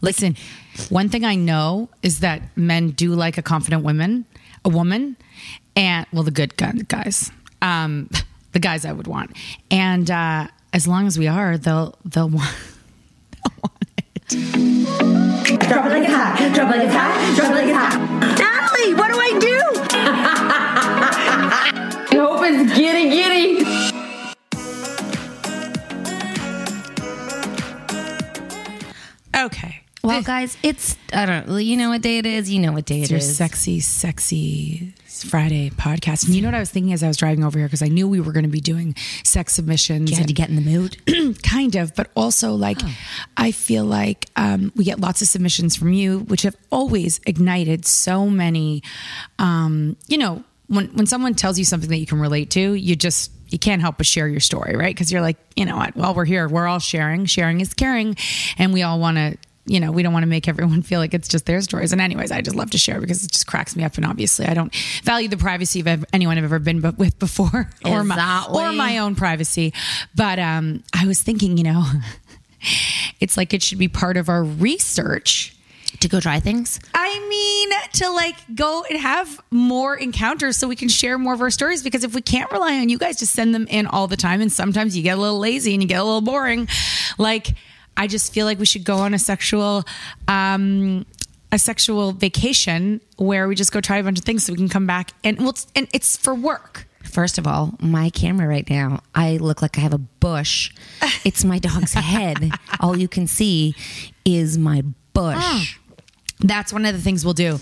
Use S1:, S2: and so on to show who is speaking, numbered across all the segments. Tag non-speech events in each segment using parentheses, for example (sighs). S1: Listen, one thing I know is that men do like a confident woman, a woman, and well, the good gu- guys, um, (laughs) the guys I would want, and uh, as long as we are, they'll they'll want. they'll want it.
S2: Drop it like it's hot. Drop it like it's hot. Drop it like it's hot. Natalie, what do I do? (laughs) I hope it's giddy giddy.
S3: Okay.
S4: Well, guys, it's I don't know. You know what day it is. You know what day it
S3: It's your
S4: is.
S3: sexy, sexy Friday podcast.
S1: You know what I was thinking as I was driving over here because I knew we were going to be doing sex submissions
S4: You had
S1: and
S4: to get in the mood.
S1: (clears throat) kind of, but also like I feel like um, we get lots of submissions from you, which have always ignited so many. Um, you know, when when someone tells you something that you can relate to, you just you can't help but share your story, right? Because you're like, you know what? While we're here, we're all sharing. Sharing is caring, and we all want to. You know, we don't want to make everyone (laughs) feel like it's just their stories. And, anyways, I just love to share because it just cracks me up. And obviously, I don't value the privacy of ev- anyone I've ever been bu- with before, (laughs) or my
S4: Exactly.
S1: or my own privacy. But um, I was thinking, you know, (laughs) it's like it should be part of our research.
S4: To go try things.
S1: I mean, to like go and have more encounters so we can share more of our stories. Because if we can't rely on you guys to send them in all the time, and sometimes you get a little lazy and you get a little boring, like I just feel like we should go on a sexual, um, a sexual vacation where we just go try a bunch of things so we can come back and well, it's, and it's for work.
S4: First of all, my camera right now, I look like I have a
S1: (laughs)
S4: bush. It's my dog's head. All you can see is my bush.
S1: Hmm, That's one of the things we'll do.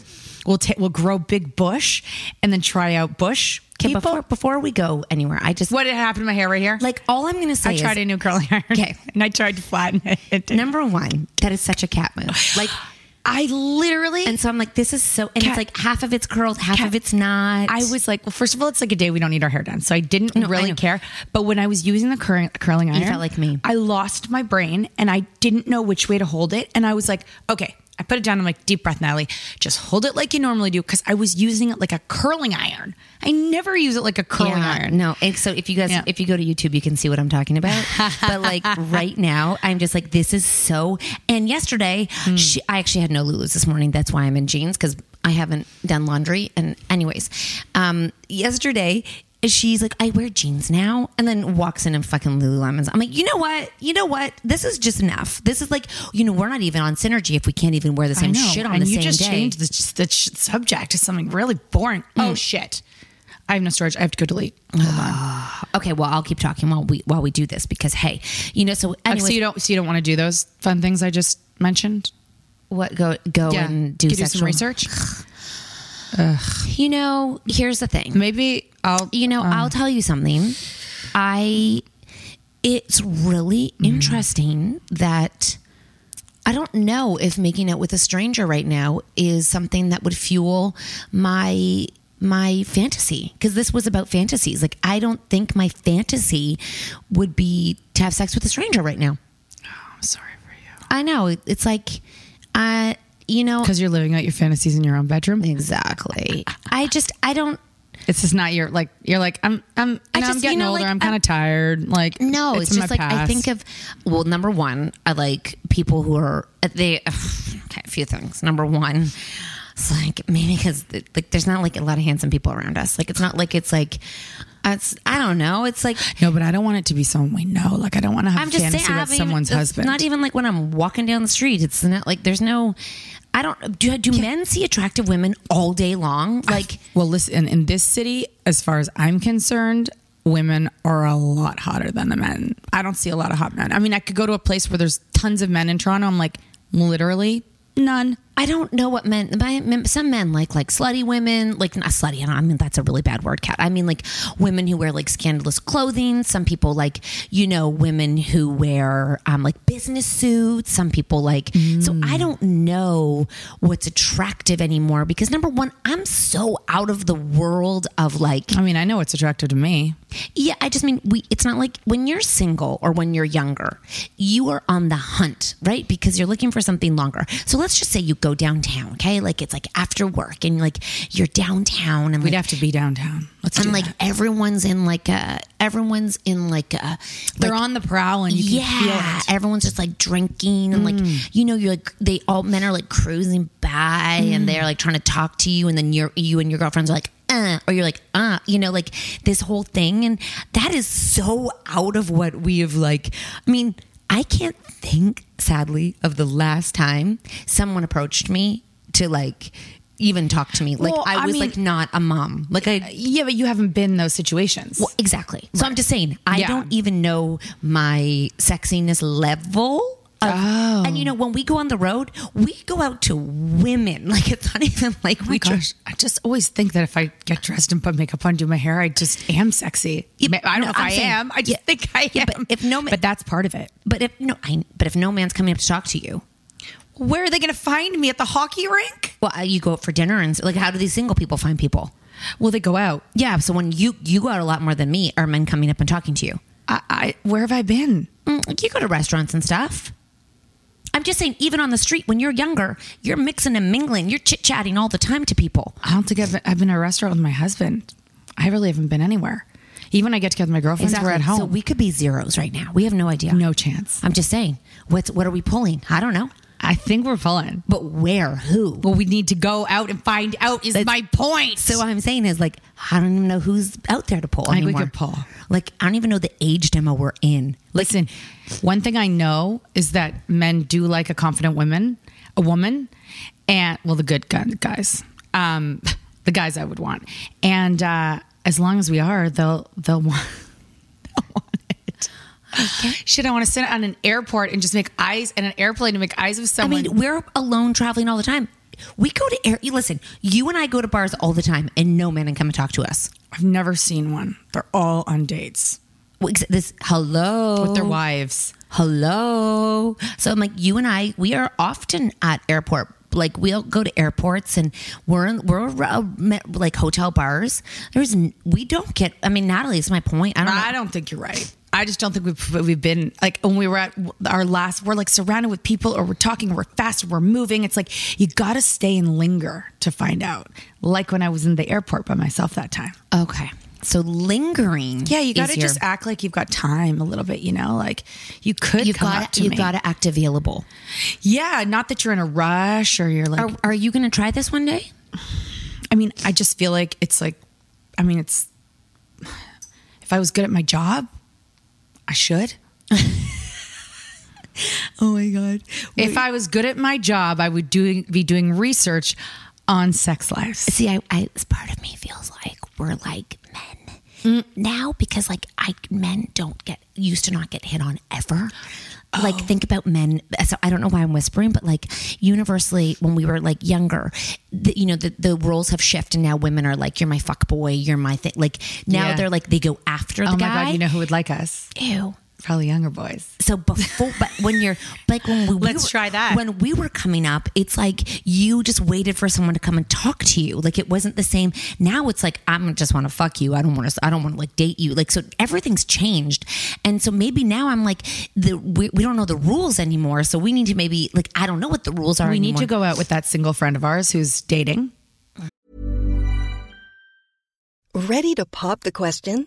S1: We'll ta- we'll grow big bush and then try out bush
S4: Okay,
S1: people.
S4: before before we go anywhere, I just
S1: what happened to my hair right here?
S4: like all I'm gonna say
S1: I
S4: is
S1: tried a new curly iron.
S4: Okay.
S1: (laughs) and I tried to flatten it. it didn't.
S4: number one, that is such a cat
S1: (sighs)
S4: move. Like
S1: I literally
S4: and so I'm like, this is so and
S1: Cat-
S4: it's like half of it's curled, half
S1: Cat-
S4: of it's not.
S1: I was like, well, first of all, it's like a day we don't need our hair done, so I didn't
S4: No, I
S1: really
S4: know.
S1: care. But when I was using the cur- curling iron,
S4: felt like me.
S1: I lost my brain and I didn't know which way to hold it, and I was like, okay. I put it down. I'm like, deep breath, Natalie. Just hold it like you normally do, because I was using it like a curling iron. I never use it like a curling
S4: Yeah,
S1: iron.
S4: No, and so if you guys
S1: Yeah.
S4: if you go to YouTube, you can see what I'm talking about. but
S1: (laughs)
S4: like right now, I'm just like this is so. And yesterday,
S1: Hmm.
S4: she, I actually had no Lulu's this morning. That's why I'm in jeans because I haven't done laundry. And anyways, um, yesterday. She's like, I wear jeans now, and then walks in and fucking Lululemons. I'm like, you know what? You know what? This is just enough. This is like, you know, we're not even on synergy if we can't even wear the
S1: I
S4: same
S1: know.
S4: shit on
S1: and
S4: the
S1: you
S4: same
S1: just
S4: day.
S1: changed the, the sh- subject to something really boring.
S4: Mm.
S1: Oh shit! I have no storage. I have to go delete. Hold on.
S4: okay, well, I'll keep talking while we while we do this because hey, you know. So anyways,
S1: so you don't so you don't want to do those fun things I just mentioned?
S4: what go go and do
S1: Could
S4: sexual (sighs)
S1: some research.
S4: You know, here's the thing.
S1: Maybe I'll. um,
S4: You know, I'll tell you something. I it's really
S1: Mm-hmm.
S4: interesting that I don't know if making out with a stranger right now is something that would fuel my my fantasy because this was about fantasies. Like I don't think my fantasy would be to have sex with a stranger right now.
S1: I'm sorry for you
S4: I know it- it's like uh you know
S1: because you're living out your fantasies in your own bedroom.
S4: exactly. I just I don't
S1: (laughs) It's just not your like. You're like I'm. I'm.
S4: I
S1: you know, I'm
S4: just- you
S1: getting
S4: know,
S1: older.
S4: like,
S1: I'm kind
S4: I'm-
S1: of tired. Like
S4: No, it's,
S1: in
S4: just
S1: my
S4: like I think
S1: past.
S4: of well, number one, I like people who are they. (sighs) Okay, a few things. Number one, it's like maybe because like there's not like a lot of handsome people around us. Like it's not like it's like it's I don't know. It's like
S1: no, but I don't want it to be someone we know. Like I don't want to have
S4: I'm
S1: a
S4: just
S1: fantasy
S4: saying. I
S1: that's
S4: mean,
S1: someone's
S4: it's
S1: husband.
S4: Not even like when I'm walking down the street. It's not like there's no. I don't do. Do men see attractive women all day long? Like
S1: Well, listen, in this city, as far as I'm concerned, women are a lot hotter than the men. I don't see a lot of hot men. I mean, I could go to a place where there's tons of men in Toronto. I'm like, literally none.
S4: I don't know what men. by- men- Some men like like slutty women, like not slutty. I, don't, I mean that's a really bad word, cat. I mean like women who wear like scandalous clothing. Some people like you know women who wear um, like business suits. Some people like so I don't know what's attractive anymore because number one, I'm so out of the world of like
S1: I mean, I know it's attractive to me.
S4: yeah, I just mean we it's not like when you're single or when you're younger, you are on the hunt, right? Because you're looking for something longer. So let's just say you go downtown, okay? Like it's like after work and like you're downtown and
S1: We'd
S4: like
S1: have to be downtown. Let's do
S4: and like
S1: that.
S4: everyone's in like a everyone's in like a
S1: They're
S4: like,
S1: on the prowl and you can
S4: yeah,
S1: feel it. Mm.
S4: everyone's just like drinking and like you know you're like they all men are like cruising by
S1: Mm.
S4: and they're like trying to talk to you and then you're you and your girlfriends are like uh, or you're like uh you know like this whole thing and that is so out of what we have like I mean I can't think sadly of the last time someone approached me to like even talk to me like
S1: Well,
S4: I
S1: I
S4: was
S1: mean-
S4: like not a mom like I
S1: Yeah, but you haven't been in those situations.
S4: well, exactly. So I'm just saying, I
S1: Yeah.
S4: don't even know my sexiness level.
S1: uh,
S4: of-
S1: Oh,
S4: And you know, when we go on the road, we go out to women. (laughs) Like it's not even like
S1: Oh my
S4: we tr-
S1: gosh, I just always think that if I get dressed and put makeup on, do my hair, I just am sexy. I don't
S4: no,
S1: know if
S4: I'm
S1: I
S4: saying-
S1: am. I just
S4: yeah.
S1: think I am.
S4: Yeah, but if no ma-
S1: but that's part of it.
S4: But if no, I, but if no man's coming up to talk to you,
S1: Where are they going to find me at the hockey rink?
S4: well, uh, you go out for dinner and like, how do these single people find people?
S1: Well, they go out.
S4: Yeah. So when you you go out a lot more than me, are men coming up and talking to you?
S1: I, I where have I been?
S4: Mm, like you go to restaurants and stuff. I'm just saying, even on the street, when you're younger, you're mixing and mingling, you're chit chatting all the time to people.
S1: I don't think I've been, I've been at a restaurant with my husband. I really haven't been anywhere. Even when I get together with my girlfriends, we're at home.
S4: So we could be zeros right now. We have no idea.
S1: no chance.
S4: I'm just saying. What's what are we pulling? I don't know.
S1: I think we're pulling.
S4: But where? Who?
S1: Well, we need to go out and find out. Is
S4: That's-
S1: my point.
S4: So what I'm saying is like I don't even know who's out there to pull.
S1: I think we
S4: anymore.
S1: could pull.
S4: Like I don't even know the age demo we're in. Like
S1: Listen, one thing I know is that men do like a confident woman, a woman, and well, the good gun guys, um, (laughs) the guys I would want, and uh, as long as we are, they'll they'll want. (laughs) they'll want it. Shit, I want to sit on an airport and just make eyes and an airplane to make eyes of
S4: I
S1: someone.
S4: mean, we're alone traveling all the time. We go to air. you Listen, you and I go to bars all the time, and no man can come and talk to us.
S1: I've never seen one. They're all on dates.
S4: Well, ex- This hello
S3: with their wives.
S4: hello. So I'm like, you and I, we are often at airport. Like we'll go to airports and we're in, we're around, like hotel bars. There's n- we don't get. I mean, Natalie, it's my point. I don't. know.
S3: I don't think you're right.
S1: I just don't think we've we've been like when we were at our last. We're like surrounded with people, or we're talking, we're fast, we're moving. It's like you gotta stay and linger to find out. Like when I was in the airport by myself that time.
S4: Okay. So lingering.
S1: Yeah, you
S4: is
S1: gotta
S4: your-
S1: just act like you've got time a little bit. You know, like you could
S4: You
S1: come
S4: got
S1: up to
S4: to you
S1: me.
S4: got to act available.
S1: yeah, not that you're in a rush or you're like.
S4: Are, are you going to try this one day?
S1: I mean, I just feel like it's like, I mean, it's (sighs) if I was good at my job, I should.
S4: (laughs) Oh my god.
S1: If I was good at my job, I would doing be doing research on sex lives.
S4: See, I, I this part of me feels like we're like men
S1: Mm.
S4: now because like I men don't get used to not get hit on ever. Like
S1: Oh.
S4: think about men. So I don't know why I'm whispering, but like universally, when we were like younger, the, you know the, the roles have shifted. and Now women are like, "You're my fuck boy. You're my thing." Like now
S1: Yeah.
S4: they're like they go after the
S1: Oh my
S4: guy.
S1: god, you know who would like us?
S4: Ew.
S1: Probably younger boys.
S4: So before, but when you're like when we
S1: Let's
S4: we were-
S1: try that.
S4: When we were coming up, it's like you just waited for someone to come and talk to you. Like it wasn't the same. Now it's like I'm just want to fuck you. I don't want to. I don't want to like date you. Like so everything's changed, and so maybe now I'm like the we, we don't know the rules anymore. So we need to maybe like I don't know what the rules are.
S1: We need
S4: anymore.
S1: to go out with that single friend of ours who's dating.
S5: Ready to pop the question?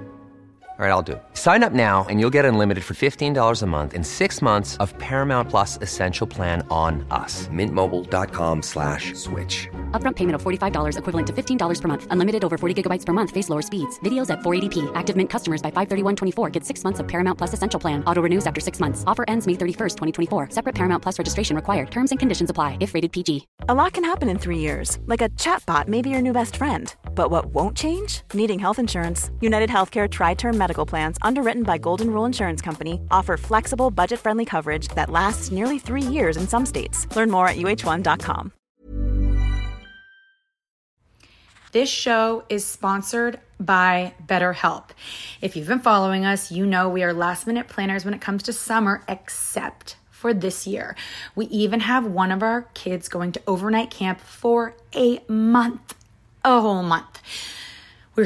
S6: All right, I'll do it. Sign up now and you'll get unlimited for $15 a month in six months of Paramount Plus Essential Plan on us. Mintmobile.com slash switch.
S7: Upfront payment of $45 equivalent to $15 per month. Unlimited over 40 gigabytes per month. Face lower speeds. Videos at 480p. Active Mint customers by 531.24 get six months of Paramount Plus Essential Plan. Auto renews after six months. Offer ends May 31st, 2024. Separate Paramount Plus registration required. Terms and conditions apply if rated PG.
S8: A lot can happen in three years, like a chatbot may be your new best friend. But what won't change? Needing health insurance. United Healthcare Tri Term Medical Plans, underwritten by Golden Rule Insurance Company, offer flexible, budget friendly coverage that lasts nearly three years in some states. Learn more at uh1.com.
S9: This show is sponsored by BetterHelp. If you've been following us, you know we are last minute planners when it comes to summer, except for this year. We even have one of our kids going to overnight camp for a month, a whole month. We're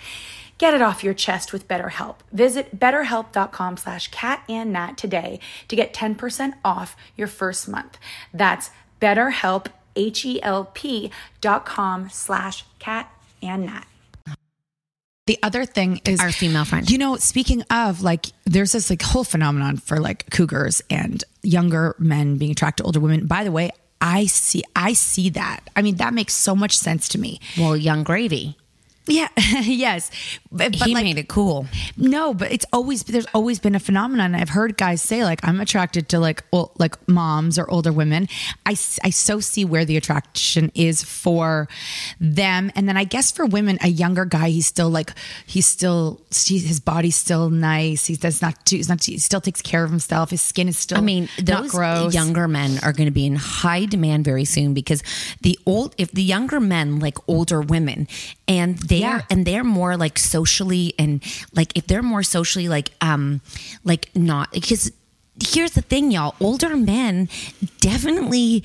S9: Get it off your chest with BetterHelp. Visit betterhelp.com slash catandnat today to get 10% off your first month. That's betterhelp, H-E-L-P dot com slash catandnat.
S1: The other thing is
S4: Our female friend.
S1: You know, speaking of like, there's this like whole phenomenon for like cougars and younger men being attracted to older women. By the way, I see, I see that. I mean, that makes so much sense to me.
S4: Well, young gravy.
S1: (laughs) Yeah, yes. But,
S4: He made it cool.
S1: No, but it's always there's always been a phenomenon. I've heard guys say like I'm attracted to like ol like moms or older women. I s- I so see where the attraction is for them, and then I guess for women, a younger guy he's still like he's still he's, his body's still nice. He does not too, he's not too, he still takes care of himself. His skin is still
S4: I mean,
S1: not
S4: those
S1: gross.
S4: younger men are going to be in high demand very soon because the old, if the younger men like older women, and they're
S1: Yeah.
S4: and they're more like socially and like if they're more socially like um like not because here's the thing, y'all, older men definitely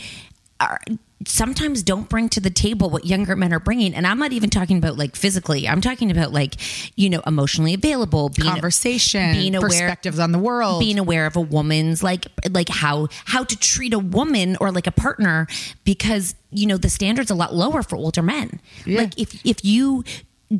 S4: are sometimes don't bring to the table what younger men are bringing and i'm not even talking about like physically i'm talking about like you know emotionally available being
S1: conversation,
S4: being aware-
S1: perspectives on the world.
S4: being aware of a woman's like like how how to treat a woman or like a partner because you know the standards a lot lower for older men like if if you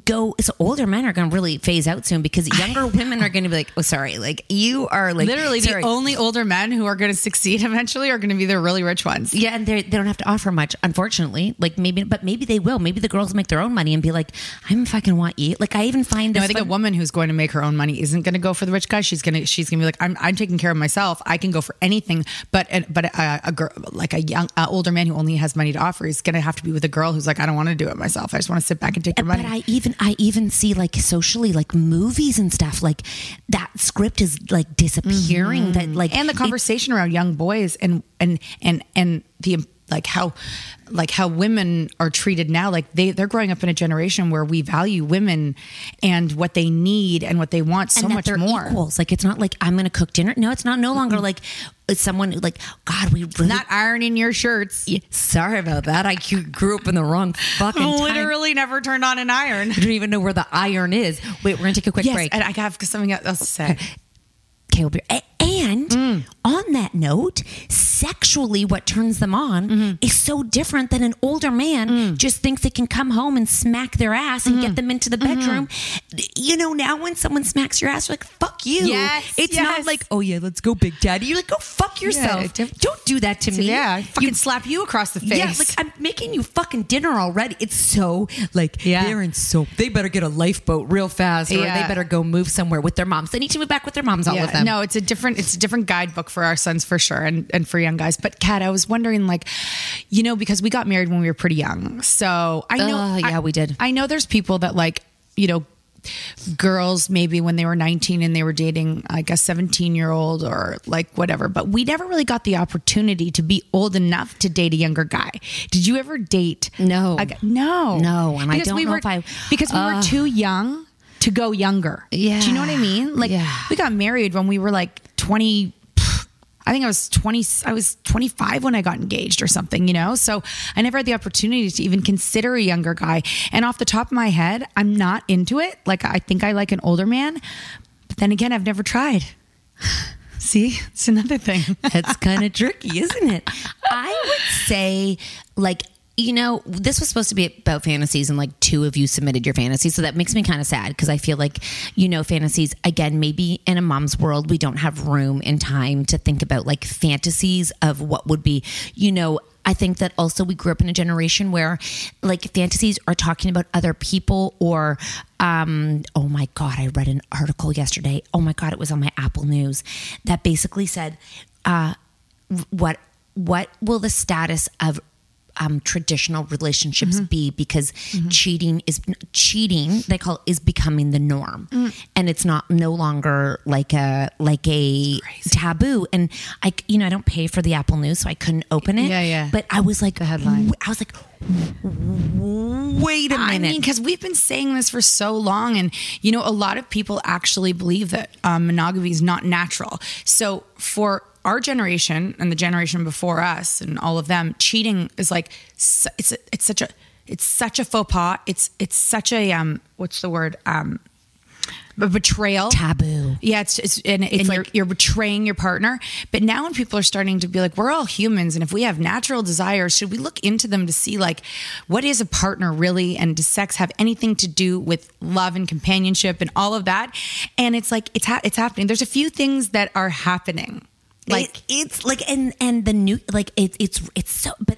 S4: go so older men are going to really phase out soon because younger women are going to be like oh sorry like you are like
S1: Literally,
S4: sorry.
S1: the only older men who are going to succeed (laughs) eventually are going to be the really rich ones.
S4: yeah and they they don't have to offer much unfortunately like maybe but maybe they will maybe the girls make their own money and be like i'm fucking want you like i even find this
S1: No, I think a
S4: fun-
S1: woman who's going to make her own money isn't going to go for the rich guy. She's gonna she's gonna be like, I'm I'm taking care of myself. I can go for anything. But and- but a, a girl like a young uh, older man who only has money to offer is going to have to be with a girl who's like, I don't want to do it myself. I just want to sit back and take your
S4: Uh,
S1: money.
S4: But I even I even see like socially like movies and stuff like that script is like disappearing. That like
S1: Mm-hmm. and the conversation around young boys and and and and the like how like how women are treated now like they they're growing up in a generation where we value women and what they need and what they want so
S4: and that
S1: much
S4: they're
S1: more
S4: equals. Like it's not like I'm gonna cook dinner. No, it's not. No longer like it's someone who, like God. We really
S1: not ironing your shirts
S4: Yeah, sorry about that. I cu- grew up in the wrong fucking time.
S1: (laughs) literally never turned on an iron
S4: I don't even know where the iron is. Wait, we're gonna take a quick break.
S1: and I have something else to say.
S4: Okay, we'll be- a- and
S1: Mm.
S4: on that note, sexually, what turns them on
S1: Mm-hmm.
S4: is so different than an older man
S1: Mm.
S4: just thinks they can come home and smack their ass
S1: Mm-hmm.
S4: and get them into the bedroom. You know, now when someone smacks your ass, you're like, fuck you.
S1: Yes,
S4: it's
S1: yes.
S4: not like, oh yeah, let's go, big daddy. You're like, go fuck yourself.
S1: def-
S4: Don't do that to me.
S1: Yeah, I fucking slap you across the face.
S4: Yeah, like I'm making you fucking dinner already. It's so like they're in soap. They better get a lifeboat real fast, or
S1: Yeah.
S4: they better go move somewhere with their moms. They need to move back with their moms. All
S1: Yeah,
S4: of them.
S1: No, it's a different it's a different guidebook for our sons for sure and, and for young guys. But Kat, I was wondering like, you know, because we got married when we were pretty young. So I know
S4: Oh, yeah,
S1: I-
S4: we did.
S1: I know there's people that like, you know, girls maybe when they were 19 and they were dating like a 17 year old or like whatever but we never really got the opportunity to be old enough to date a younger guy did you ever date
S4: No.
S1: a, gu- no
S4: No, and I
S1: Because
S4: don't
S1: we
S4: know
S1: were,
S4: if I-
S1: because we were
S4: Ugh.
S1: too young to go younger do you know what i
S4: Yeah.
S1: mean like
S4: Yeah.
S1: we got married when we were like 20 I think I was 20 I was 25 when I got engaged or something, you know? So I never had the opportunity to even consider a younger guy. And off the top of my head, I'm not into it. Like I think I like an older man, but then again, I've never tried. See? It's another thing.
S4: That's kind of tricky, isn't it? I would say, like, you know, this was supposed to be about fantasies, and like two of you submitted your fantasies. So that makes me kind of sad because I feel like, you know, fantasies, again, maybe in a mom's world, we don't have room and time to think about like fantasies of what would be, you know, I think that also we grew up in a generation where like fantasies are talking about other people or um oh my god I read an article yesterday oh my god it was on my Apple news that basically said uh what what will the status of um, traditional relationships
S1: Mm-hmm.
S4: be because cheating is cheating they call is becoming the norm
S1: Mm.
S4: and it's not no longer like a like a taboo and i c- you know i don't pay for the apple news so i couldn't open it
S1: Yeah, yeah.
S4: but i was like the
S1: headline.
S4: i was like wait a
S1: I
S4: minute
S1: mean, because we've been saying this for so long, and you know, a lot of people actually believe that um, monogamy is not natural. So for our generation and the generation before us and all of them, cheating is like su- it's it's such a it's such a faux pas. It's it's such a um what's the word um a betrayal
S4: Taboo.
S1: yeah, it's it's and, it's
S4: And
S1: like
S4: you're-
S1: you're, betraying your partner. But now when people are starting to be like, we're all humans, and if we have natural desires, should we look into them to see like what is a partner really, and does sex have anything to do with love and companionship and all of that? And it's like it's ha- it's happening. There's a few things that are happening.
S4: like it's like and and the new like it, it's it's so but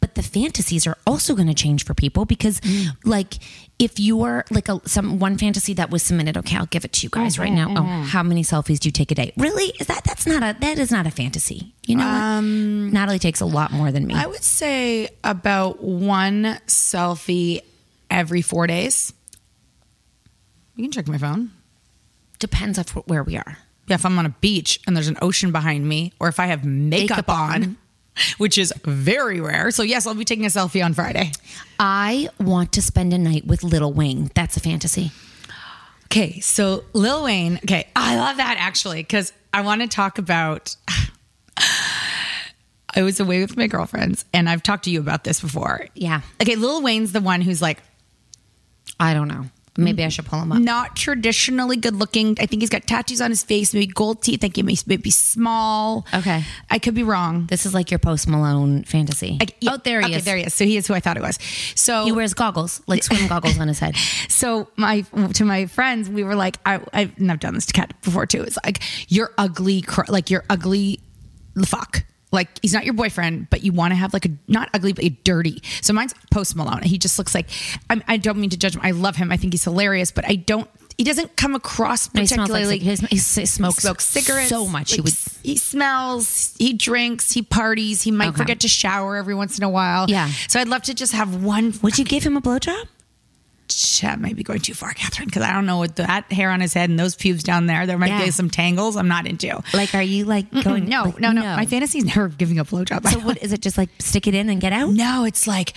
S4: but the fantasies are also going to change for people because,
S1: Mm.
S4: like, if you are like a some one fantasy that was submitted, okay, I'll give it to you guys right now. Oh,
S1: Mm-hmm.
S4: how many selfies do you take a day? Really? Is that that's not a that is not a fantasy. You know, what? Natalie takes a lot more than me.
S1: Um, I would say about one selfie every four days. You can check my phone.
S4: Depends on where we are.
S1: Yeah, if I'm on a beach and there's an ocean behind me, or if I have makeup,
S4: Makeup
S1: on, (laughs) which is very rare. So, yes, I'll be taking a selfie on Friday.
S4: I want to spend a night with Little Wayne. That's a fantasy.
S1: Okay, so Lil Wayne. Okay, I love that actually because I want to talk about. (sighs) I was away with my girlfriends, and I've talked to you about this before.
S4: Yeah.
S1: Okay, Lil Wayne's the one who's like
S4: I don't know.
S1: Mm.
S4: Maybe I should pull him up.
S1: not traditionally good looking. I think he's got tattoos on his face, maybe gold teeth. I think he may may be small.
S4: Okay.
S1: I could be wrong.
S4: This is like your post Malone fantasy.
S1: Like, yeah,
S4: oh, there he
S1: okay,
S4: is.
S1: There he is. So he is who I thought it was. So
S4: He wears goggles, like
S1: (laughs)
S4: swim goggles on his head.
S1: so my to my friends, we were like, I, I've and I've done this to Kat before too. It's like you're ugly, cr- like you're ugly, fuck. Like he's not your boyfriend, but you want to have like a not ugly, but a dirty. So mine's Post Malone. He just looks like I'm, I don't mean to judge him. I love him. I think he's hilarious, but I don't. He doesn't come across
S4: He smells like
S1: particularly.
S4: cig- his- he s- smokes
S1: smokes cigarettes
S4: so much. he
S1: Like,
S4: would.
S1: s- he smells. He drinks. He parties. He might
S4: Okay.
S1: forget to shower every once in a while.
S4: Yeah.
S1: So I'd love to just have one
S4: Would you give him a blowjob?
S1: that might be going too far, Catherine, because I don't know what that hair on his head and those pubes down there. There might
S4: Yeah.
S1: be some tangles. I'm not into.
S4: Like, are you like going?
S1: no,
S4: like,
S1: no, no, My fantasy is never giving a blowjob.
S4: (laughs) So what is it? Just like stick it in and get out?
S1: (laughs) No, it's like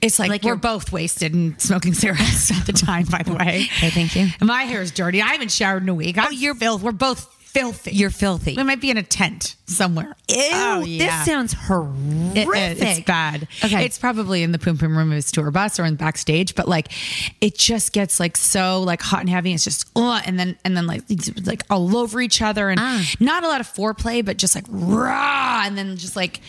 S1: it's like,
S4: Like
S1: we're
S4: you're-
S1: both wasted and smoking cigarettes at the time. By
S4: (laughs)
S1: the way,
S4: Okay, thank you.
S1: My hair is dirty. I haven't showered in a week. I'm oh, you're filth. We're both filthy.
S4: You're filthy.
S1: We might be in a tent somewhere. Ew,
S4: Oh, This sounds
S1: It-
S4: horrific.
S1: it- it's bad.
S4: Okay.
S1: It's probably in the Poom Poom Room of his tour bus or in backstage, but like it just gets like so like hot and heavy. It's just oh, and then and then like it's, like all over each other and not a lot of foreplay, but just like raw and then just like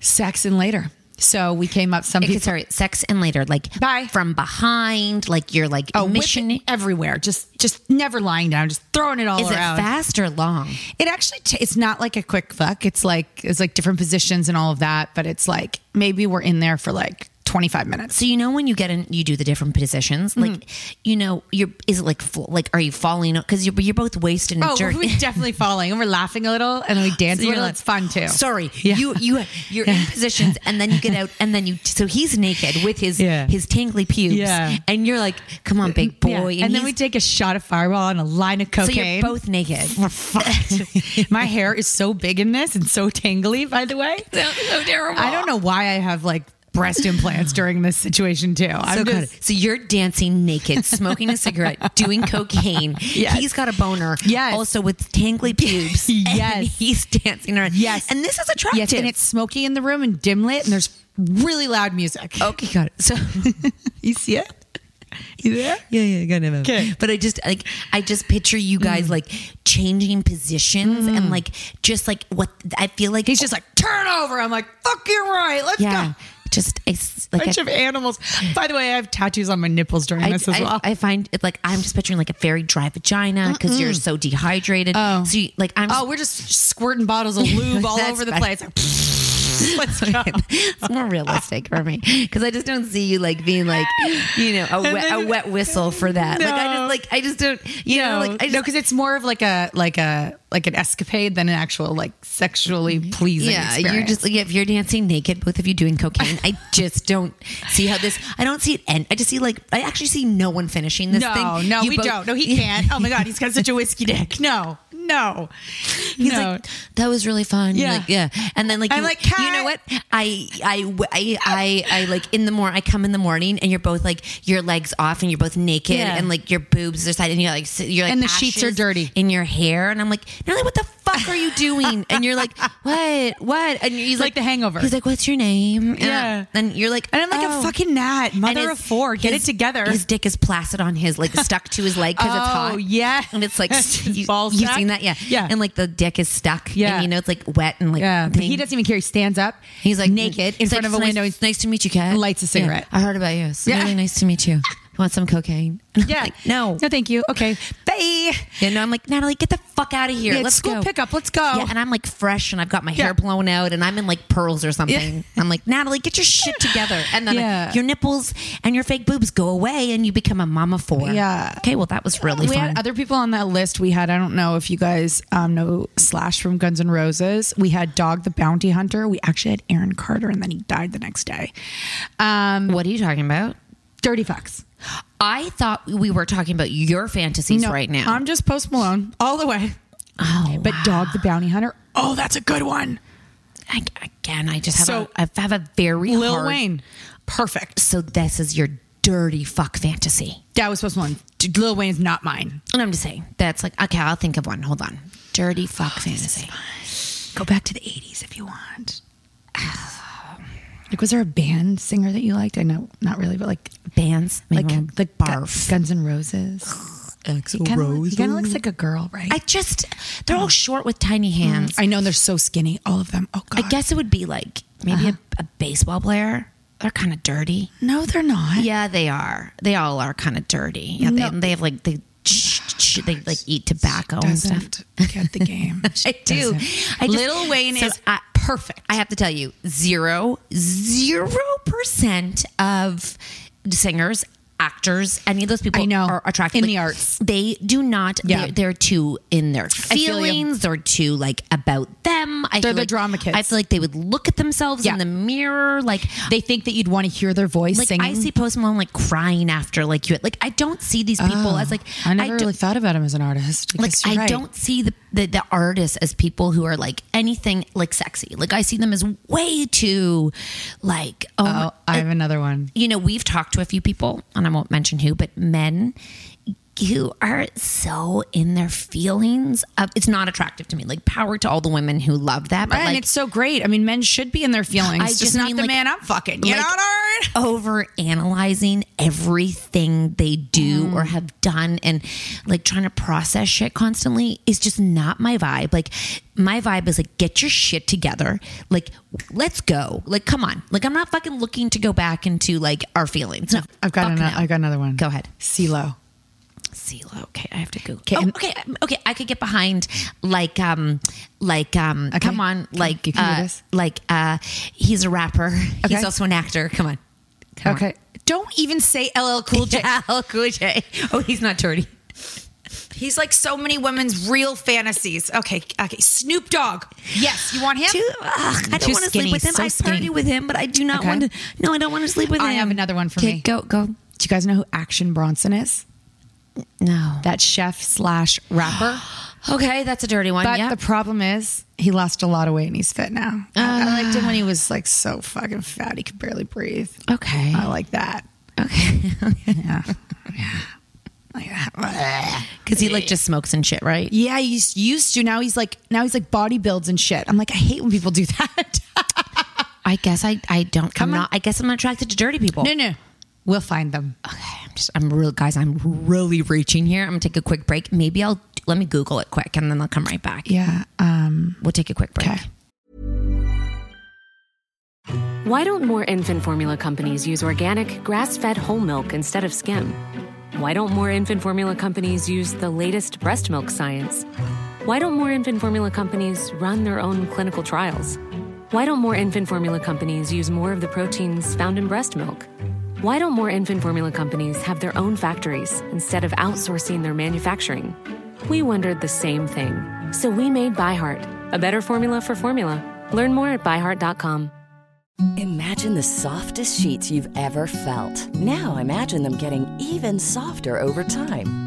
S1: sex and later. So we came up some
S4: Okay,
S1: people
S4: sorry, sex and later, like
S1: Bye.
S4: from behind, like you're like
S1: oh, whip
S4: mission.
S1: it
S4: Is
S1: everywhere, just just never lying down, just throwing it all
S4: it
S1: around.
S4: fast or long?
S1: It actually, t- it's not like a quick fuck. It's like it's like different positions and all of that, but it's like maybe we're in there for like twenty five minutes.
S4: So you know when you get in, you do the different positions. Like
S1: Mm-hmm.
S4: you know, you're is it like full, like are you falling? Because you're you're both wasted and
S1: Oh, (laughs)
S4: dirty.
S1: we're definitely falling, and we're laughing a little, and we dance
S4: So
S1: a
S4: you're
S1: little.
S4: like,
S1: it's fun too.
S4: Sorry,
S1: (laughs) Yeah.
S4: you you you're in positions, and then you get out, and then you. So he's naked with his
S1: Yeah.
S4: his tangly pubes,
S1: Yeah.
S4: and you're like, "Come on, big boy!"
S1: Yeah.
S4: And,
S1: and then
S4: he's-
S1: we take a shot of fireball and a line of
S4: so
S1: cocaine.
S4: you're
S1: (laughs)
S4: both naked.
S1: We're fucked. My hair is so big in this and so tangly. By the (laughs) way,
S4: so terrible.
S1: I don't know why I have like breast implants during this situation too.
S4: So,
S1: I'm
S4: good.
S1: just,
S4: so you're dancing naked, smoking a
S1: (laughs)
S4: cigarette, doing cocaine.
S1: Yes.
S4: He's got a boner.
S1: Yes.
S4: Also with tangly
S1: (laughs)
S4: pubes. And
S1: Yes.
S4: he's dancing around.
S1: Yes.
S4: And this is attractive.
S1: yes, and it's smoky in the room and dim lit, and there's really loud music.
S4: okay, got it.
S1: (laughs)
S4: So
S1: you see it? You there?
S4: Yeah, yeah, got him.
S1: Okay.
S4: But I just like I just picture you guys
S1: Mm.
S4: like changing positions and like just like what I feel like
S1: He's just like turn over. I'm like fuck. You're right. Let's
S4: yeah,
S1: go.
S4: just it's like
S1: bunch
S4: a-
S1: of animals. By the way, I have tattoos on my nipples during
S4: I,
S1: this as
S4: I-
S1: well.
S4: I find it like I'm just picturing like a very dry vagina because you're so dehydrated.
S1: Oh.
S4: so you, like I'm
S1: oh, we're just squirting bottles of lube (laughs) all
S4: That's
S1: over the
S4: better.
S1: place.
S4: (laughs)
S1: (laughs) Let's go.
S4: it's more realistic for me because I just don't see you like being like you know a wet, a wet whistle for that. Like I
S1: No.
S4: just like I just don't (laughs) you
S1: No,
S4: know like I just,
S1: no, because it's more of like a like a like an escapade than an actual like sexually pleasing.
S4: yeah,
S1: experience.
S4: you're just like if you're dancing naked, both of you doing cocaine. I just don't see how this. I don't see it end. I just see like I actually see no one finishing this
S1: no,
S4: thing.
S1: no,
S4: You
S1: we
S4: both-
S1: don't. No, he
S4: (laughs)
S1: can't. Oh my god, he's got such a whiskey dick. No, no,
S4: He's
S1: no.
S4: like, that was really fun.
S1: Yeah.
S4: Like, yeah. And then like,
S1: I'm
S4: you,
S1: like,
S4: you know what?
S1: "Cut."
S4: I, I, I, I, I like in the morning, I come in the morning and you're both like your legs off and you're both naked
S1: Yeah.
S4: and like your boobs are side and you're like, sit- you're like,
S1: And the sheets are
S4: ashes
S1: dirty.
S4: in your hair. And I'm like, Natalie, what the fuck are you doing? And you're
S1: (laughs)
S4: like, what, what? And he's
S1: Like The Hangover.
S4: He's like, what's your name? And,
S1: Yeah.
S4: And you're like,
S1: and I'm like
S4: "Oh."
S1: a fucking gnat,
S4: And
S1: mother
S4: his-
S1: of four. Get
S4: his-
S1: it together.
S4: His dick is placid on his, like stuck to his leg because it's
S1: Oh,
S4: hot.
S1: yeah.
S4: and it's
S1: (laughs)
S4: like you,
S1: Ball
S4: you've
S1: sack?
S4: seen that, yeah,
S1: Yeah.
S4: And like the dick is stuck,
S1: Yeah.
S4: And you know it's like wet and like
S1: yeah, but
S4: thing.
S1: he doesn't even care. He stands up.
S4: He's like
S1: naked in
S4: He's
S1: front
S4: like,
S1: of a
S4: "It's nice-
S1: window.
S4: It's nice to meet you, Kat.
S1: Lights a
S4: Yeah.
S1: cigarette.
S4: I heard about you. It's
S1: Yeah.
S4: really nice to meet you. want some cocaine? (laughs)
S1: yeah.
S4: no.
S1: No, thank you. Okay. Bye.
S4: Yeah, no, I'm like, Natalie, get the fuck out of here.
S1: Yeah, it's
S4: Let's
S1: school
S4: go.
S1: pickup. Let's go.
S4: Yeah, and I'm like fresh and I've got my hair blown out and I'm in like pearls or something. I'm like, Natalie, get your shit together. And then uh,
S1: Yeah.
S4: your nipples and your fake boobs go away and you become a mama four.
S1: Yeah.
S4: Okay, well, that was really
S1: we
S4: fun.
S1: had other people on that list. We had I don't know if you guys um, know Slash from Guns N' Roses. We had Dog the Bounty Hunter. We actually had Aaron Carter, and then he died the next day. Um,
S4: what are you talking about?
S1: dirty fucks.
S4: I thought we were talking about your fantasies right now.
S1: I'm just Post Malone all the way.
S4: oh,
S1: But Dog the Bounty Hunter. Oh, that's a good one.
S4: I, again, I just have,
S1: So-
S4: a, I have a very
S1: Lil
S4: hard-
S1: Wayne. Perfect.
S4: So this is your dirty fuck fantasy.
S1: That was Post Malone. D- Lil Wayne's not mine.
S4: And I'm just saying, that's like, okay, I'll think of one. Hold on. Dirty fuck fantasy.
S1: Go back to the '80s if you want. (sighs) Like, was there a band singer that you liked? I know, not really, but like,
S4: Bands.
S1: like
S4: maybe
S1: the Mm-hmm. Gu-
S4: barf.
S1: Guns N' Roses. (gasps) He kind of looks like a girl, right?
S4: I just, they're all short with tiny hands.
S1: I know and they're so skinny, all of them. Oh god.
S4: I guess it would be like maybe a, a baseball player. They're kind of dirty.
S1: no, they're not.
S4: Yeah, they are. They all are kind of dirty. Yeah, they, and they have like they ch- ch- they like eat tobacco and stuff.
S1: Doesn't get the (laughs) game.
S4: I do. I just,
S1: Lil Wayne
S4: so
S1: is
S4: I,
S1: perfect.
S4: I have to tell you, zero zero percent of singers, actors, any of those people
S1: I know.
S4: are attracted
S1: In the arts.
S4: They do not.
S1: Yeah.
S4: They're, they're too in their
S1: feel you.
S4: feelings. They're too like about them. I
S1: They're
S4: feel
S1: the
S4: like-
S1: drama kids.
S4: I feel like they would look at themselves
S1: Yeah.
S4: in the mirror. Like
S1: they think that you'd want to hear their voice
S4: like
S1: singing.
S4: I see Post Malone like crying after like you like I don't see these people as like
S1: Oh, I never
S4: don't-
S1: really thought about him as an artist. I
S4: like
S1: guess
S4: I
S1: you're right.
S4: don't see the, the the artists as people who are like anything like sexy. Like I see them as way too like oh,
S1: Oh, I have another one.
S4: you know we've talked to a few people and I won't mention who, but men who are so in their feelings. Of, it's not attractive to me. Like power to all the women who love that, but
S1: and
S4: like
S1: it's so great. I mean, men should be in their feelings.
S4: I
S1: just,
S4: just
S1: not
S4: mean,
S1: the
S4: like-
S1: man I'm fucking. You
S4: like-
S1: know what I mean?
S4: over analyzing everything they do
S1: Mm.
S4: or have done and like trying to process shit constantly is just not my vibe. Like my vibe is like get your shit together. Like let's go. Like come on. Like I'm not fucking looking to go back into like our feelings. No.
S1: I've got
S4: Fuck
S1: another.
S4: no.
S1: I've got another one.
S4: Go ahead.
S1: CeeLo.
S4: CeeLo. Okay, I have to go.
S1: Okay,
S4: Okay,
S1: and-
S4: okay, um, okay. I could get behind like um like um come on
S1: Okay,
S4: like
S1: you can do
S4: uh,
S1: this.
S4: like uh he's a rapper.
S1: Okay.
S4: He's also an actor. Come on. Come on.
S1: Okay. Don't even say LL Cool (laughs) J.
S4: LL Cool J. Oh, he's not dirty.
S1: He's like so many women's real fantasies. Okay, okay. Snoop Dogg. Yes, you want him?
S4: Too, ugh, I don't
S1: Too
S4: want to
S1: skinny,
S4: sleep with him.
S1: so
S4: I
S1: skinny.
S4: party with him, but I do not
S1: Okay.
S4: want to. No, I don't want to sleep with
S1: I
S4: him.
S1: have another one for
S4: okay,
S1: me.
S4: Go, go.
S1: Do you guys know who Action Bronson is?
S4: No.
S1: That chef slash rapper.
S4: (gasps) okay, that's a dirty one.
S1: But
S4: yeah.
S1: the problem is, he lost a lot of weight and he's fit now. I liked him when he was like so fucking fat he could barely breathe.
S4: okay.
S1: I like that.
S4: Oh, okay. (laughs)
S1: Yeah. yeah. Like that.
S4: Because he like just smokes and shit, right?
S1: Yeah, he used- used to. Now he's like, now he's like bodybuilds and shit. I'm like, I hate when people do (laughs) that.
S4: I guess I I don't.
S1: Come
S4: I'm
S1: on.
S4: not. I guess I'm not attracted to dirty people.
S1: no, no. We'll find them.
S4: Okay, I'm just. I'm real, guys. I'm really reaching here. I'm gonna take a quick break. Maybe I'll let me Google it quick, and then I'll come right back.
S1: Yeah. Um,
S4: We'll take a quick break.
S1: Okay.
S10: Why don't more infant formula companies use organic, grass fed whole milk instead of skim? Why don't more infant formula companies use the latest breast milk science? Why don't more infant formula companies run their own clinical trials? Why don't more infant formula companies use more of the proteins found in breast milk? Why don't more infant formula companies have their own factories instead of outsourcing their manufacturing? We wondered the same thing. So we made ByHeart, a better formula for formula. Learn more at byheart.com.
S11: Imagine the softest sheets you've ever felt. Now imagine them getting even softer over time.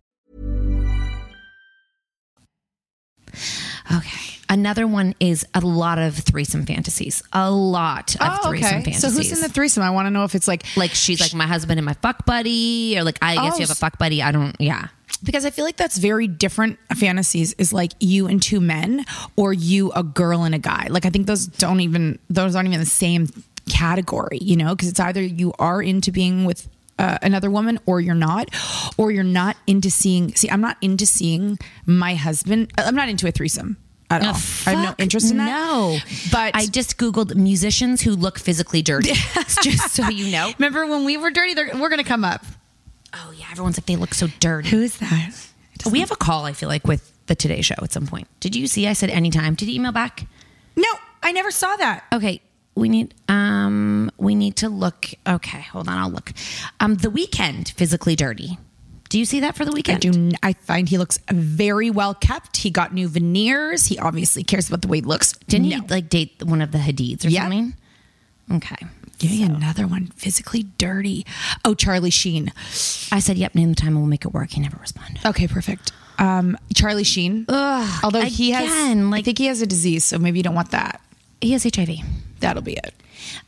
S4: Okay. Another one is a lot of threesome fantasies. A lot of
S1: Oh,
S4: threesome
S1: okay.
S4: fantasies.
S1: So who's in the threesome? I want to know if it's like
S4: like she's like my husband and my fuck buddy, or like I guess
S1: Oh,
S4: you have a
S1: s-
S4: fuck buddy. I don't. Yeah.
S1: because I feel like that's very different fantasies is like you and two men or you a girl and a guy. Like I think those don't even those aren't even the same category, you know, because it's either you are into being with uh, another woman or you're not or you're not into seeing see I'm not into seeing my husband I'm not into a threesome at all. I have no
S4: Fuck
S1: interest in that.
S4: No. But I just Googled musicians who look physically
S1: (laughs)
S4: dirty. just so you know.
S1: Remember when we were dirty? They're, we're going to come up.
S4: Oh, yeah. Everyone's like, they look so dirty.
S1: Who's that?
S4: We have a call, I feel like, with the Today Show at some point. Did you see? I said anytime. Did you email back?
S1: No, I never saw that.
S4: Okay. We need um we need to look okay, hold on, I'll look. Um the weekend physically dirty. Do you see that for the weekend?
S1: I do. n- I find he looks very well kept. He got new veneers. He obviously cares about the way he looks.
S4: Didn't he like date one of the Hadids or something? Okay.
S1: Give me another one. Physically dirty. Oh, Charlie Sheen.
S4: I said, yep, name the time and we'll make it work. He never responded.
S1: Okay, perfect. Um, Charlie Sheen.
S4: Ugh,
S1: Although he has,
S4: again,
S1: I think he has a disease, so maybe you don't want that.
S4: He has HIV.
S1: That'll be it.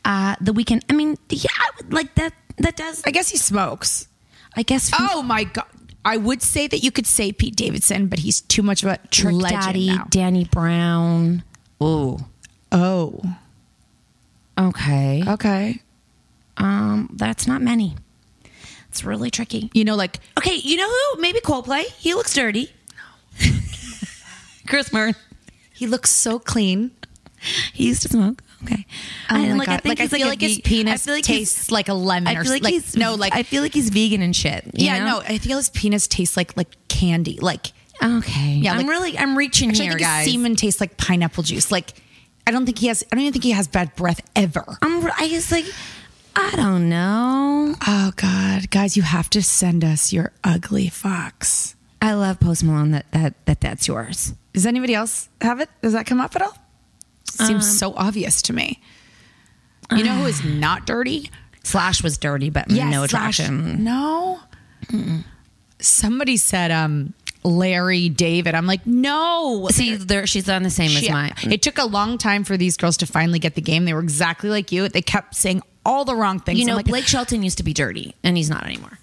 S4: Uh the weekend I mean, yeah, I would- like that that does
S1: I guess he smokes.
S4: I guess
S1: Oh my god. I would say that you could say Pete Davidson, but he's too much of a
S4: Trick
S1: legend
S4: Daddy,
S1: now.
S4: Danny Brown. Ooh.
S1: Oh.
S4: Okay.
S1: Okay.
S4: Um, that's not many. It's really tricky.
S1: You know, like
S4: okay, you know who? Maybe Coldplay. He looks dirty. (laughs) Chris Martin.
S1: He looks so clean.
S4: He used to smoke. Okay.
S1: Oh
S4: I,
S1: my
S4: like, I
S1: God.
S4: think
S1: Like, I
S4: I feel
S1: feel
S4: like
S1: if
S4: his
S1: the penis
S4: I feel like
S1: tastes like a lemon
S4: I
S1: or
S4: feel like
S1: like-
S4: he's
S1: no, like-
S4: I feel like he's vegan and shit. you
S1: yeah,
S4: know?
S1: no, I think his penis tastes like like candy. Like
S4: Okay.
S1: yeah,
S4: I'm
S1: like-
S4: really I'm reaching
S1: actually,
S4: here,
S1: I think
S4: guys.
S1: His semen tastes like pineapple juice. Like I don't think he has. I don't even think he has bad breath ever.
S4: I'm I just like I don't know.
S1: Oh God, guys, you have to send us your ugly fox.
S4: I love Post Malone that that, that that's yours.
S1: Does anybody else have it? Does that come up at all? Seems
S4: Um,
S1: so obvious to me. You know
S4: (sighs)
S1: who is not dirty?
S4: Slash was dirty, but no
S1: Slash.
S4: attraction.
S1: No. Somebody said um Larry David. I'm like, no.
S4: See, there she's on the same as
S1: Shit.
S4: mine.
S1: It took a long time for these girls to finally get the game. They were exactly like you. They kept saying all the wrong things.
S4: You
S1: I'm
S4: know,
S1: like,
S4: Blake Shelton used to be dirty, and he's not anymore.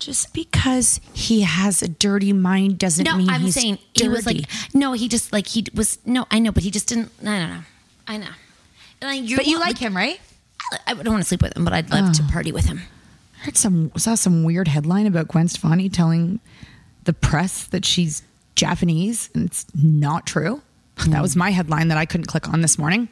S1: just because he has a dirty mind doesn't
S4: No,
S1: mean
S4: I'm
S1: he's
S4: saying
S1: dirty.
S4: he was like, no, he just like he was no, I know, but he just didn't. I don't know, I know. And I,
S1: But you like him, right? Oh.
S4: I don't want to sleep with him, but I'd love to party with him.
S1: heard some saw some weird headline about Gwen Stefani telling the press that she's Japanese, and it's not true. (laughs) That was my headline that I couldn't click on this morning.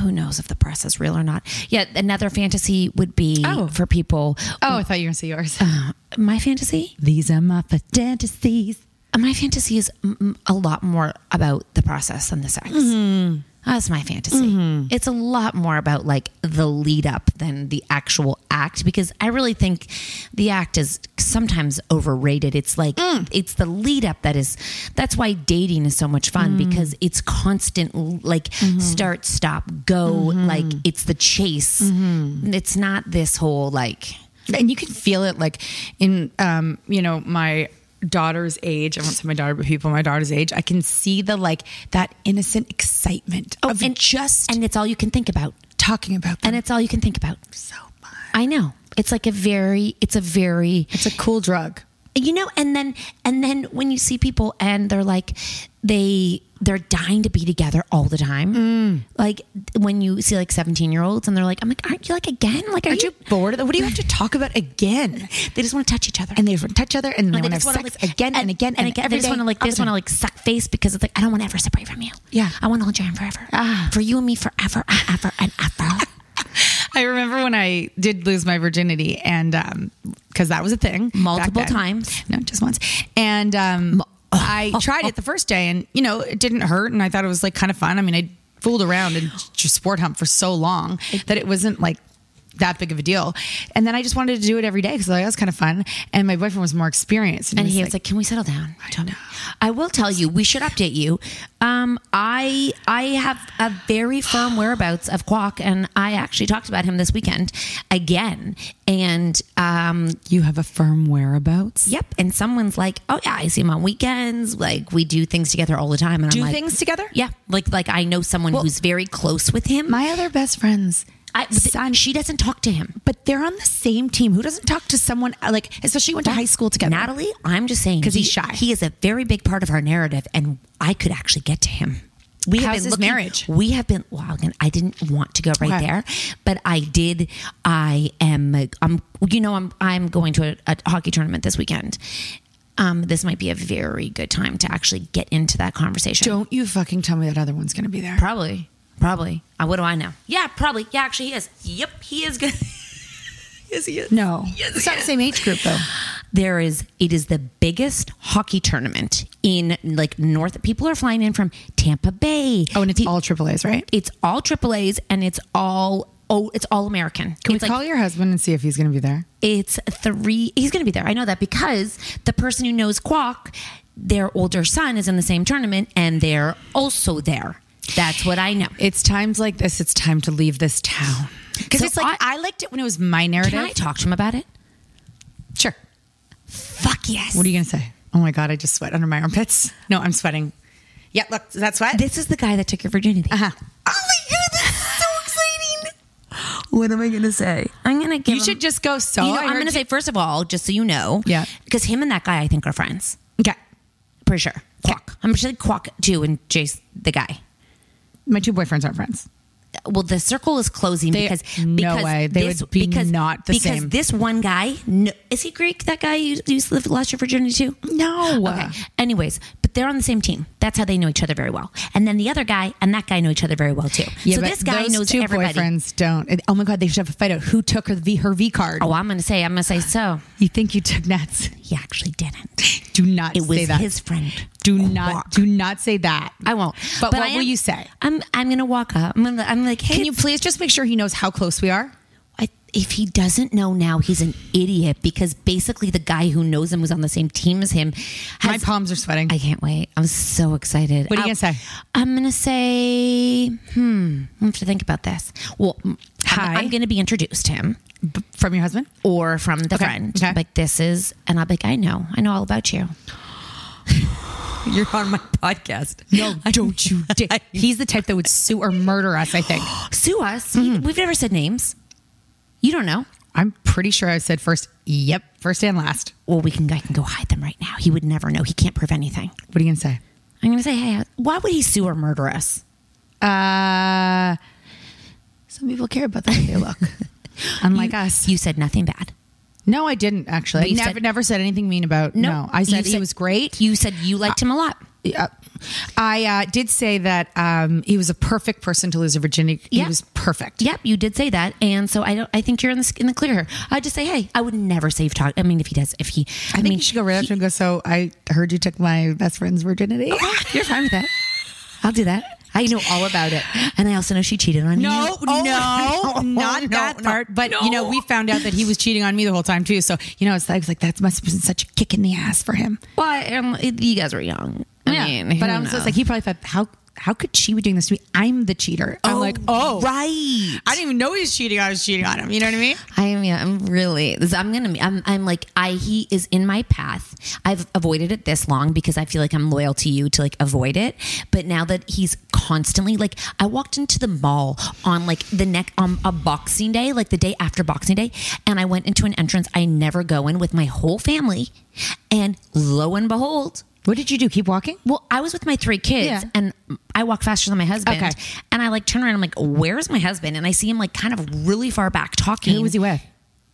S4: Who knows if the press is real or not? Yeah, another fantasy would be
S1: Oh.
S4: for people.
S1: Oh, I thought you were gonna say yours.
S4: Uh, My fantasy, Uh,
S1: These are my fantasies.
S4: my fantasy is mm, a lot more about the process than the sex.
S1: Mm-hmm.
S4: That's my fantasy. It's a lot more about like the lead up than the actual act because I really think the act is sometimes overrated. It's like
S1: Mm.
S4: it's the lead up that is that's why dating is so much fun
S1: Mm.
S4: because it's constant like
S1: Mm-hmm.
S4: start stop go like it's the chase.
S1: Mm-hmm.
S4: It's not this whole like
S1: (laughs) and you can feel it like in um you know my daughter's age i won't say my daughter but people my daughter's age i can see the like that innocent excitement of just
S4: and it's all you can think about.
S1: talking about them. Oh,
S4: And it's all you can think about.
S1: so much
S4: I know. It's like a very it's a very
S1: it's a cool drug
S4: you know and then and then when you see people and they're like they they're dying to be together all the time
S1: Mm.
S4: like when you see like 17 year olds and they're like i'm like aren't you like again like are
S1: aren't you
S4: you
S1: bored of that what do you have to talk about again
S4: they just want to touch each other
S1: and they just want to touch each other and
S4: Like,
S1: they, want to
S4: just
S1: have
S4: wanna,
S1: sex again and, again and,
S4: again.
S1: every
S4: they just want to
S1: day,
S4: like they
S1: all
S4: just
S1: the
S4: want to
S1: time.
S4: like suck face because it's like I don't want to ever separate from you.
S1: Yeah. (laughs)
S4: I want to hold your hand forever. Ah. For you and me forever and ever and ever.
S1: I remember when I I did lose my virginity, and um, because that was a thing
S4: multiple times. oh,
S1: No, just once. And um, I tried it the first day, and you know, it didn't hurt, and I thought it was like kind of fun. I mean, I fooled around and just sport hump for so long that it wasn't like that big of a deal. And then I just wanted to do it every day because like, that was kind of fun. And my boyfriend was more experienced,
S4: And he was like, "Can we settle down?" Tell me. I will tell you. We should update you. Um, I I have a very firm whereabouts of Quack, and I actually talked about him this weekend again. And um,
S1: you have a firm whereabouts.
S4: Yep. And someone's like, "Oh yeah, I see him on weekends. Like we do things together all the time." And
S1: Do
S4: I'm like,
S1: things together?
S4: Yeah. Like like I know someone who's very close with him.
S1: My other best friends.
S4: I, she doesn't talk to him.
S1: But they're on the same team. Who doesn't talk to someone like, especially went to high school together?
S4: Natalie, I'm just saying
S1: 'Cause
S4: he-
S1: he's shy.
S4: He is a very big part of our narrative, and I could actually get to him. We have
S1: How's
S4: been
S1: his
S4: looking-
S1: marriage?
S4: We have been. Well, again, I didn't want to go right
S1: Okay.
S4: there, but I did. I am. uh, I'm. You know, I'm. I'm going to a, a hockey tournament this weekend. Um, this might be a very good time to actually get into that conversation.
S1: Don't you fucking tell me that other one's going to be there.
S4: Probably. Probably. Uh, what do I know? Yeah, probably. Yeah, actually, he is. Yep, he is good. (laughs) yes, he is.
S1: No, it's not the same age group though.
S4: there is it is the biggest hockey tournament in like north people are flying in from tampa bay
S1: Oh, and it's all triple A's, right?
S4: it's all triple a's and it's all oh it's all american
S1: Can
S4: it's
S1: we
S4: like
S1: call your husband and see if he's going to be there?
S4: it's three he's gonna be there i know that because the person who knows quack their older son is in the same tournament and they're also there that's what i know
S1: It's times like this. It's time to leave this town because
S4: So
S1: it's like I, liked it when it was my narrative.
S4: can i talk to him about it
S1: Sure.
S4: fuck yes
S1: What are you going to say? Oh my god, I just sweat under my armpits. No, I'm sweating. Yeah, look, does that sweat?
S4: this is the guy that took your virginity uh-huh.
S1: Oh
S4: What am I gonna say? I'm gonna give.
S1: You should just go. So
S4: you know,
S1: I
S4: I'm
S1: heard
S4: going to
S1: you-
S4: say first of all, just so you know,
S1: Yeah.
S4: because him and that guy I think are friends,
S1: Okay,
S4: pretty sure. Quack. I'm sure Quack too, and Jace the guy.
S1: my two boyfriends aren't friends.
S4: Well, the circle is closing
S1: They-
S4: because
S1: no
S4: because
S1: way. They
S4: this,
S1: would be
S4: because,
S1: not the
S4: because
S1: same.
S4: this one guy no, is he Greek? That guy you, you lived last year Virginia too.
S1: No.
S4: Okay. Anyways, but they're on the same team. That's how they know each other very well. And then the other guy and that guy know each other very well too.
S1: Yeah,
S4: so
S1: but
S4: this guy
S1: those
S4: knows
S1: two
S4: everybody.
S1: boyfriends don't. And- oh my god, they should have a fight out who took her v her V card.
S4: Oh, I'm going to say, I'm going to say so.
S1: you think you took nuts?
S4: He actually didn't.
S1: (laughs) Do not
S4: It was
S1: (laughs) say that.
S4: his friend.
S1: do not do not say that.
S4: I won't.
S1: But, what
S4: I
S1: will
S4: am-
S1: you say?
S4: I'm I'm gonna walk up. I'm gonna, I'm like, hey,
S1: Can you please just make sure he knows how close we are?
S4: I, if he doesn't know now, he's an idiot because basically the guy who knows him was on the same team as him.
S1: My
S4: Has,
S1: palms are sweating.
S4: I can't wait. I'm so excited.
S1: What are you
S4: I'll-
S1: gonna say?
S4: I'm gonna say, hmm. I have to think about this. Well, m- I'm-
S1: Hi.
S4: I'm, gonna be introduced to him
S1: B- from your husband? (laughs)
S4: or from the
S1: Okay,
S4: friend.
S1: okay.
S4: Like this is, and I'll be like, I know, I know all about you. (gasps) You're on my podcast.
S1: (laughs) No, don't you dare. He's the type that would sue or murder us,
S4: (gasps)
S1: I think.
S4: Sue us.
S1: Mm-hmm.
S4: We've never said names. You don't know.
S1: I'm pretty sure I said first, yep, first and last.
S4: well, we can I can go hide them right now. He would never know. He can't prove anything.
S1: What are you going to say?
S4: I'm gonna say, hey, why would he sue or murder us?
S1: Uh, some people care about the way
S4: (laughs)
S1: they look. Unlike
S4: you,
S1: us.
S4: you said nothing bad.
S1: no, I didn't actually. I
S4: you
S1: never,
S4: said-
S1: never said anything mean about, no. I
S4: You
S1: said he was great.
S4: You said you liked him a lot.
S1: Uh, I uh, did say that um, he was a perfect person to lose a virginity.
S4: Yeah.
S1: He was perfect.
S4: Yep, you did say that, and so I don't. I think you're in the in the clear. I just say, hey, I would never save talk. I mean, if he does, if he,
S1: I, think
S4: mean,
S1: you should go right up to him and go, so I heard you took my best friend's virginity. Oh, You're fine with that.
S4: I'll do that. I know all about it, and I also know she cheated on you.
S1: (laughs) No,
S4: (laughs)
S1: (laughs) no, not that part. But you know, we found out that he was cheating on me the whole time too. So you know, it's like, it's like that must have been such a kick in the ass for him.
S4: But um, you guys were young. I mean,
S1: but
S4: who
S1: I was just
S4: knows?
S1: like, he probably thought how how could she be doing this to me? I'm the cheater. I'm like, oh,
S4: right.
S1: I didn't even know he was cheating. I was cheating on him. You know what I mean?
S4: I am. Yeah, I'm really. This, I'm gonna. I'm. I'm like. I. He is in my path. I've avoided it this long because I feel like I'm loyal to you to like avoid it. But now that he's constantly like, I walked into the mall on like the neck on a Boxing Day, like the day after Boxing Day, and I went into an entrance I never go in with my whole family, and lo and behold.
S1: What did you do? Keep walking?
S4: Well, I was with my three kids
S1: Yeah.
S4: and I walk faster than my husband.
S1: Okay.
S4: And I like turn around, I'm like, where's my husband? And I see him like kind of really far back talking
S1: Who was he with?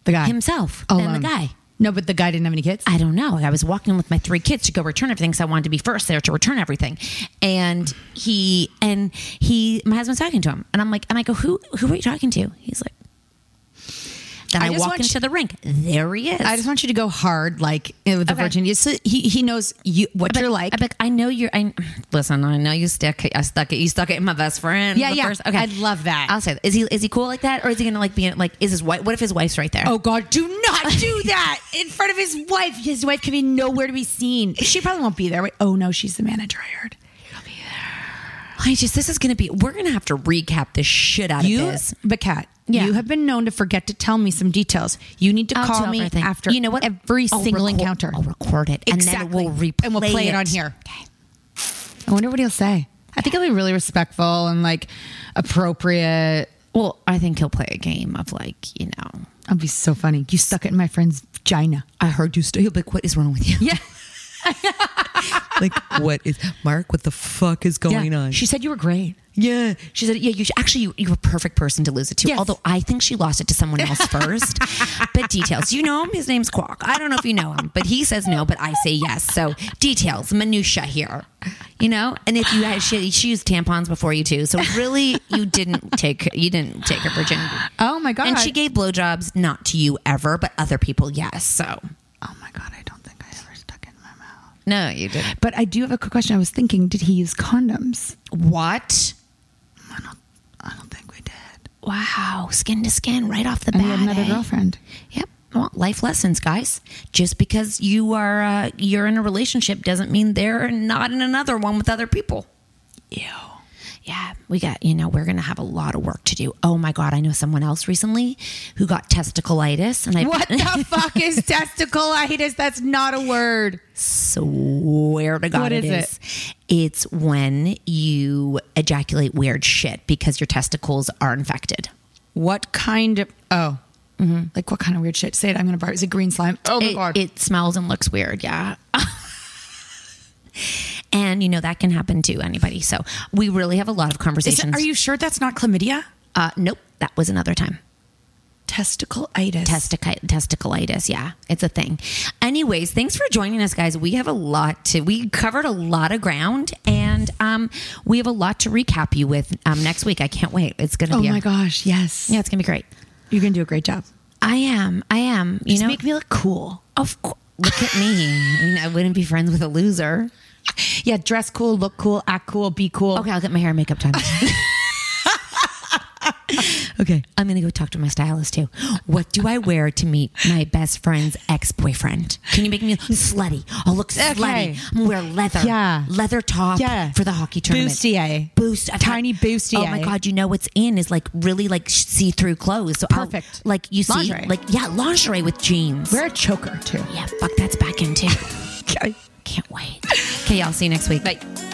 S1: The guy
S4: himself
S1: Oh,
S4: and the guy.
S1: No, but the guy didn't have any kids.
S4: I don't know. I was walking with my three kids to go return everything because I wanted to be first there to return everything. And he and he my husband's talking to him. And I'm like, and I go, Who who are you talking to? He's like, Then I,
S1: just
S4: walk
S1: want
S4: into
S1: you-
S4: the rink. There he is.
S1: I just want you to go hard, like eh, with the
S4: Okay.
S1: virginity. So he he knows you what you're like.
S4: I'm like, I know you're. I listen. I know you stuck. I stuck it. You stuck it in my best friend.
S1: Yeah,
S4: the
S1: yeah.
S4: First, okay,
S1: I love that.
S4: I'll say. That. Is he is he cool like that, or is he gonna like be like? Is his wife? What if his wife's right there?
S1: Oh God, do
S4: (laughs)
S1: not do that in front of his wife. His wife can be nowhere to be seen. She probably won't be there. Wait, oh no, she's the manager. I heard.
S4: I just. This is gonna be. We're gonna have to recap the shit out
S1: you,
S4: of this.
S1: but Kat,
S4: Yeah.
S1: you have been known to forget to tell me some details. You need to
S4: I'll
S1: call
S4: tell
S1: me
S4: everything.
S1: after
S4: You know what?
S1: every
S4: I'll
S1: single
S4: record-
S1: encounter.
S4: I'll record it, and then
S1: Exactly.
S4: we'll replay
S1: and we'll play it, on here. I wonder what he'll say. I think he'll be really respectful and like appropriate.
S4: Well, I think he'll play a game of like you know.
S1: That'd be so funny. You stuck it in my friend's vagina.
S4: I heard you. St- he'll be like, "What is wrong with you?"
S1: Yeah.
S4: like, what is Mark? What the fuck is going
S1: Yeah.
S4: on?
S1: (laughs) She said you were (laughs) great.
S4: Yeah, she said, "Yeah, you should, actually you, you're a perfect person to lose it to."
S1: Yes.
S4: Although I think she lost it to someone
S1: (laughs)
S4: else first. but details, you know him. His name's Quark. I don't know if you know him, but he says no, but I say yes. So details, minutia here, you know. And if you had, she, she used tampons before you too, so really you didn't take you didn't take her virginity.
S1: Oh my god.
S4: And she gave blowjobs not to you ever, but other people yes. So
S1: Oh my god, I don't think I ever stuck it in my mouth.
S4: no, you didn't.
S1: But I do have a quick question. I was thinking, did he use condoms?
S4: What?
S1: I don't think we did.
S4: Wow, skin to skin, right off the
S1: And
S4: bat.
S1: he had another
S4: eh?
S1: girlfriend.
S4: Yep. Well, life lessons, guys. Just because you are uh, you're in a relationship doesn't mean they're not in another one with other people.
S1: Ew.
S4: Yeah, we got you know we're gonna have a lot of work to do. Oh my god, I know someone else recently who got testiculitis, and I (laughs)
S1: What the fuck is testicleitis? That's not a word.
S4: swear to God,
S1: What
S4: it is.
S1: is
S4: It's when you ejaculate weird shit because your testicles are infected.
S1: What kind of oh. Like what kind of weird shit? Say it. I'm gonna borrow. Is it green slime? Oh my
S4: it,
S1: god!
S4: it smells and looks weird. Yeah. (laughs) and you know, that can happen to anybody. So we really have a lot of
S1: Is it-
S4: conversations.
S1: are you sure that's not chlamydia?
S4: uh, nope. That was another time.
S1: Testicleitis.
S4: Testici- testicleitis. Yeah. It's a thing. Anyways, thanks for joining us guys. We have a lot to, we covered a lot of ground and, um, we have a lot to recap you with, um, next week. I can't wait. It's going to
S1: oh
S4: be, a-
S1: my gosh! Yes.
S4: yeah, it's gonna be great.
S1: You're gonna do a great job.
S4: I am. I am. You
S1: Just
S4: know,
S1: make me look cool.
S4: of course. Look at me. I mean, I wouldn't be friends with a loser.
S1: Yeah, dress cool, look cool, act cool, be cool.
S4: Okay, I'll get my hair and makeup
S1: (laughs)
S4: done. okay, I'm gonna go talk to my stylist too. What do I wear to meet my best friend's ex boyfriend? Can you make
S1: (laughs)
S4: me slutty? I'll look
S1: Okay.
S4: slutty. I'm gonna wear leather.
S1: Yeah.
S4: leather top.
S1: Yeah.
S4: for the hockey tournament.
S1: Bustier.
S4: boost, I've
S1: Tiny eh?
S4: got-
S1: bustier.
S4: Oh my god, you know what's in is like really like see through clothes. So I'll-
S1: Perfect.
S4: like you see,
S1: Lingerie.
S4: like yeah, lingerie with jeans.
S1: Wear a choker too. (laughs)
S4: yeah, fuck, that's back in too.
S1: Okay.
S4: Can't wait. Okay, y'all. See you next week. Bye.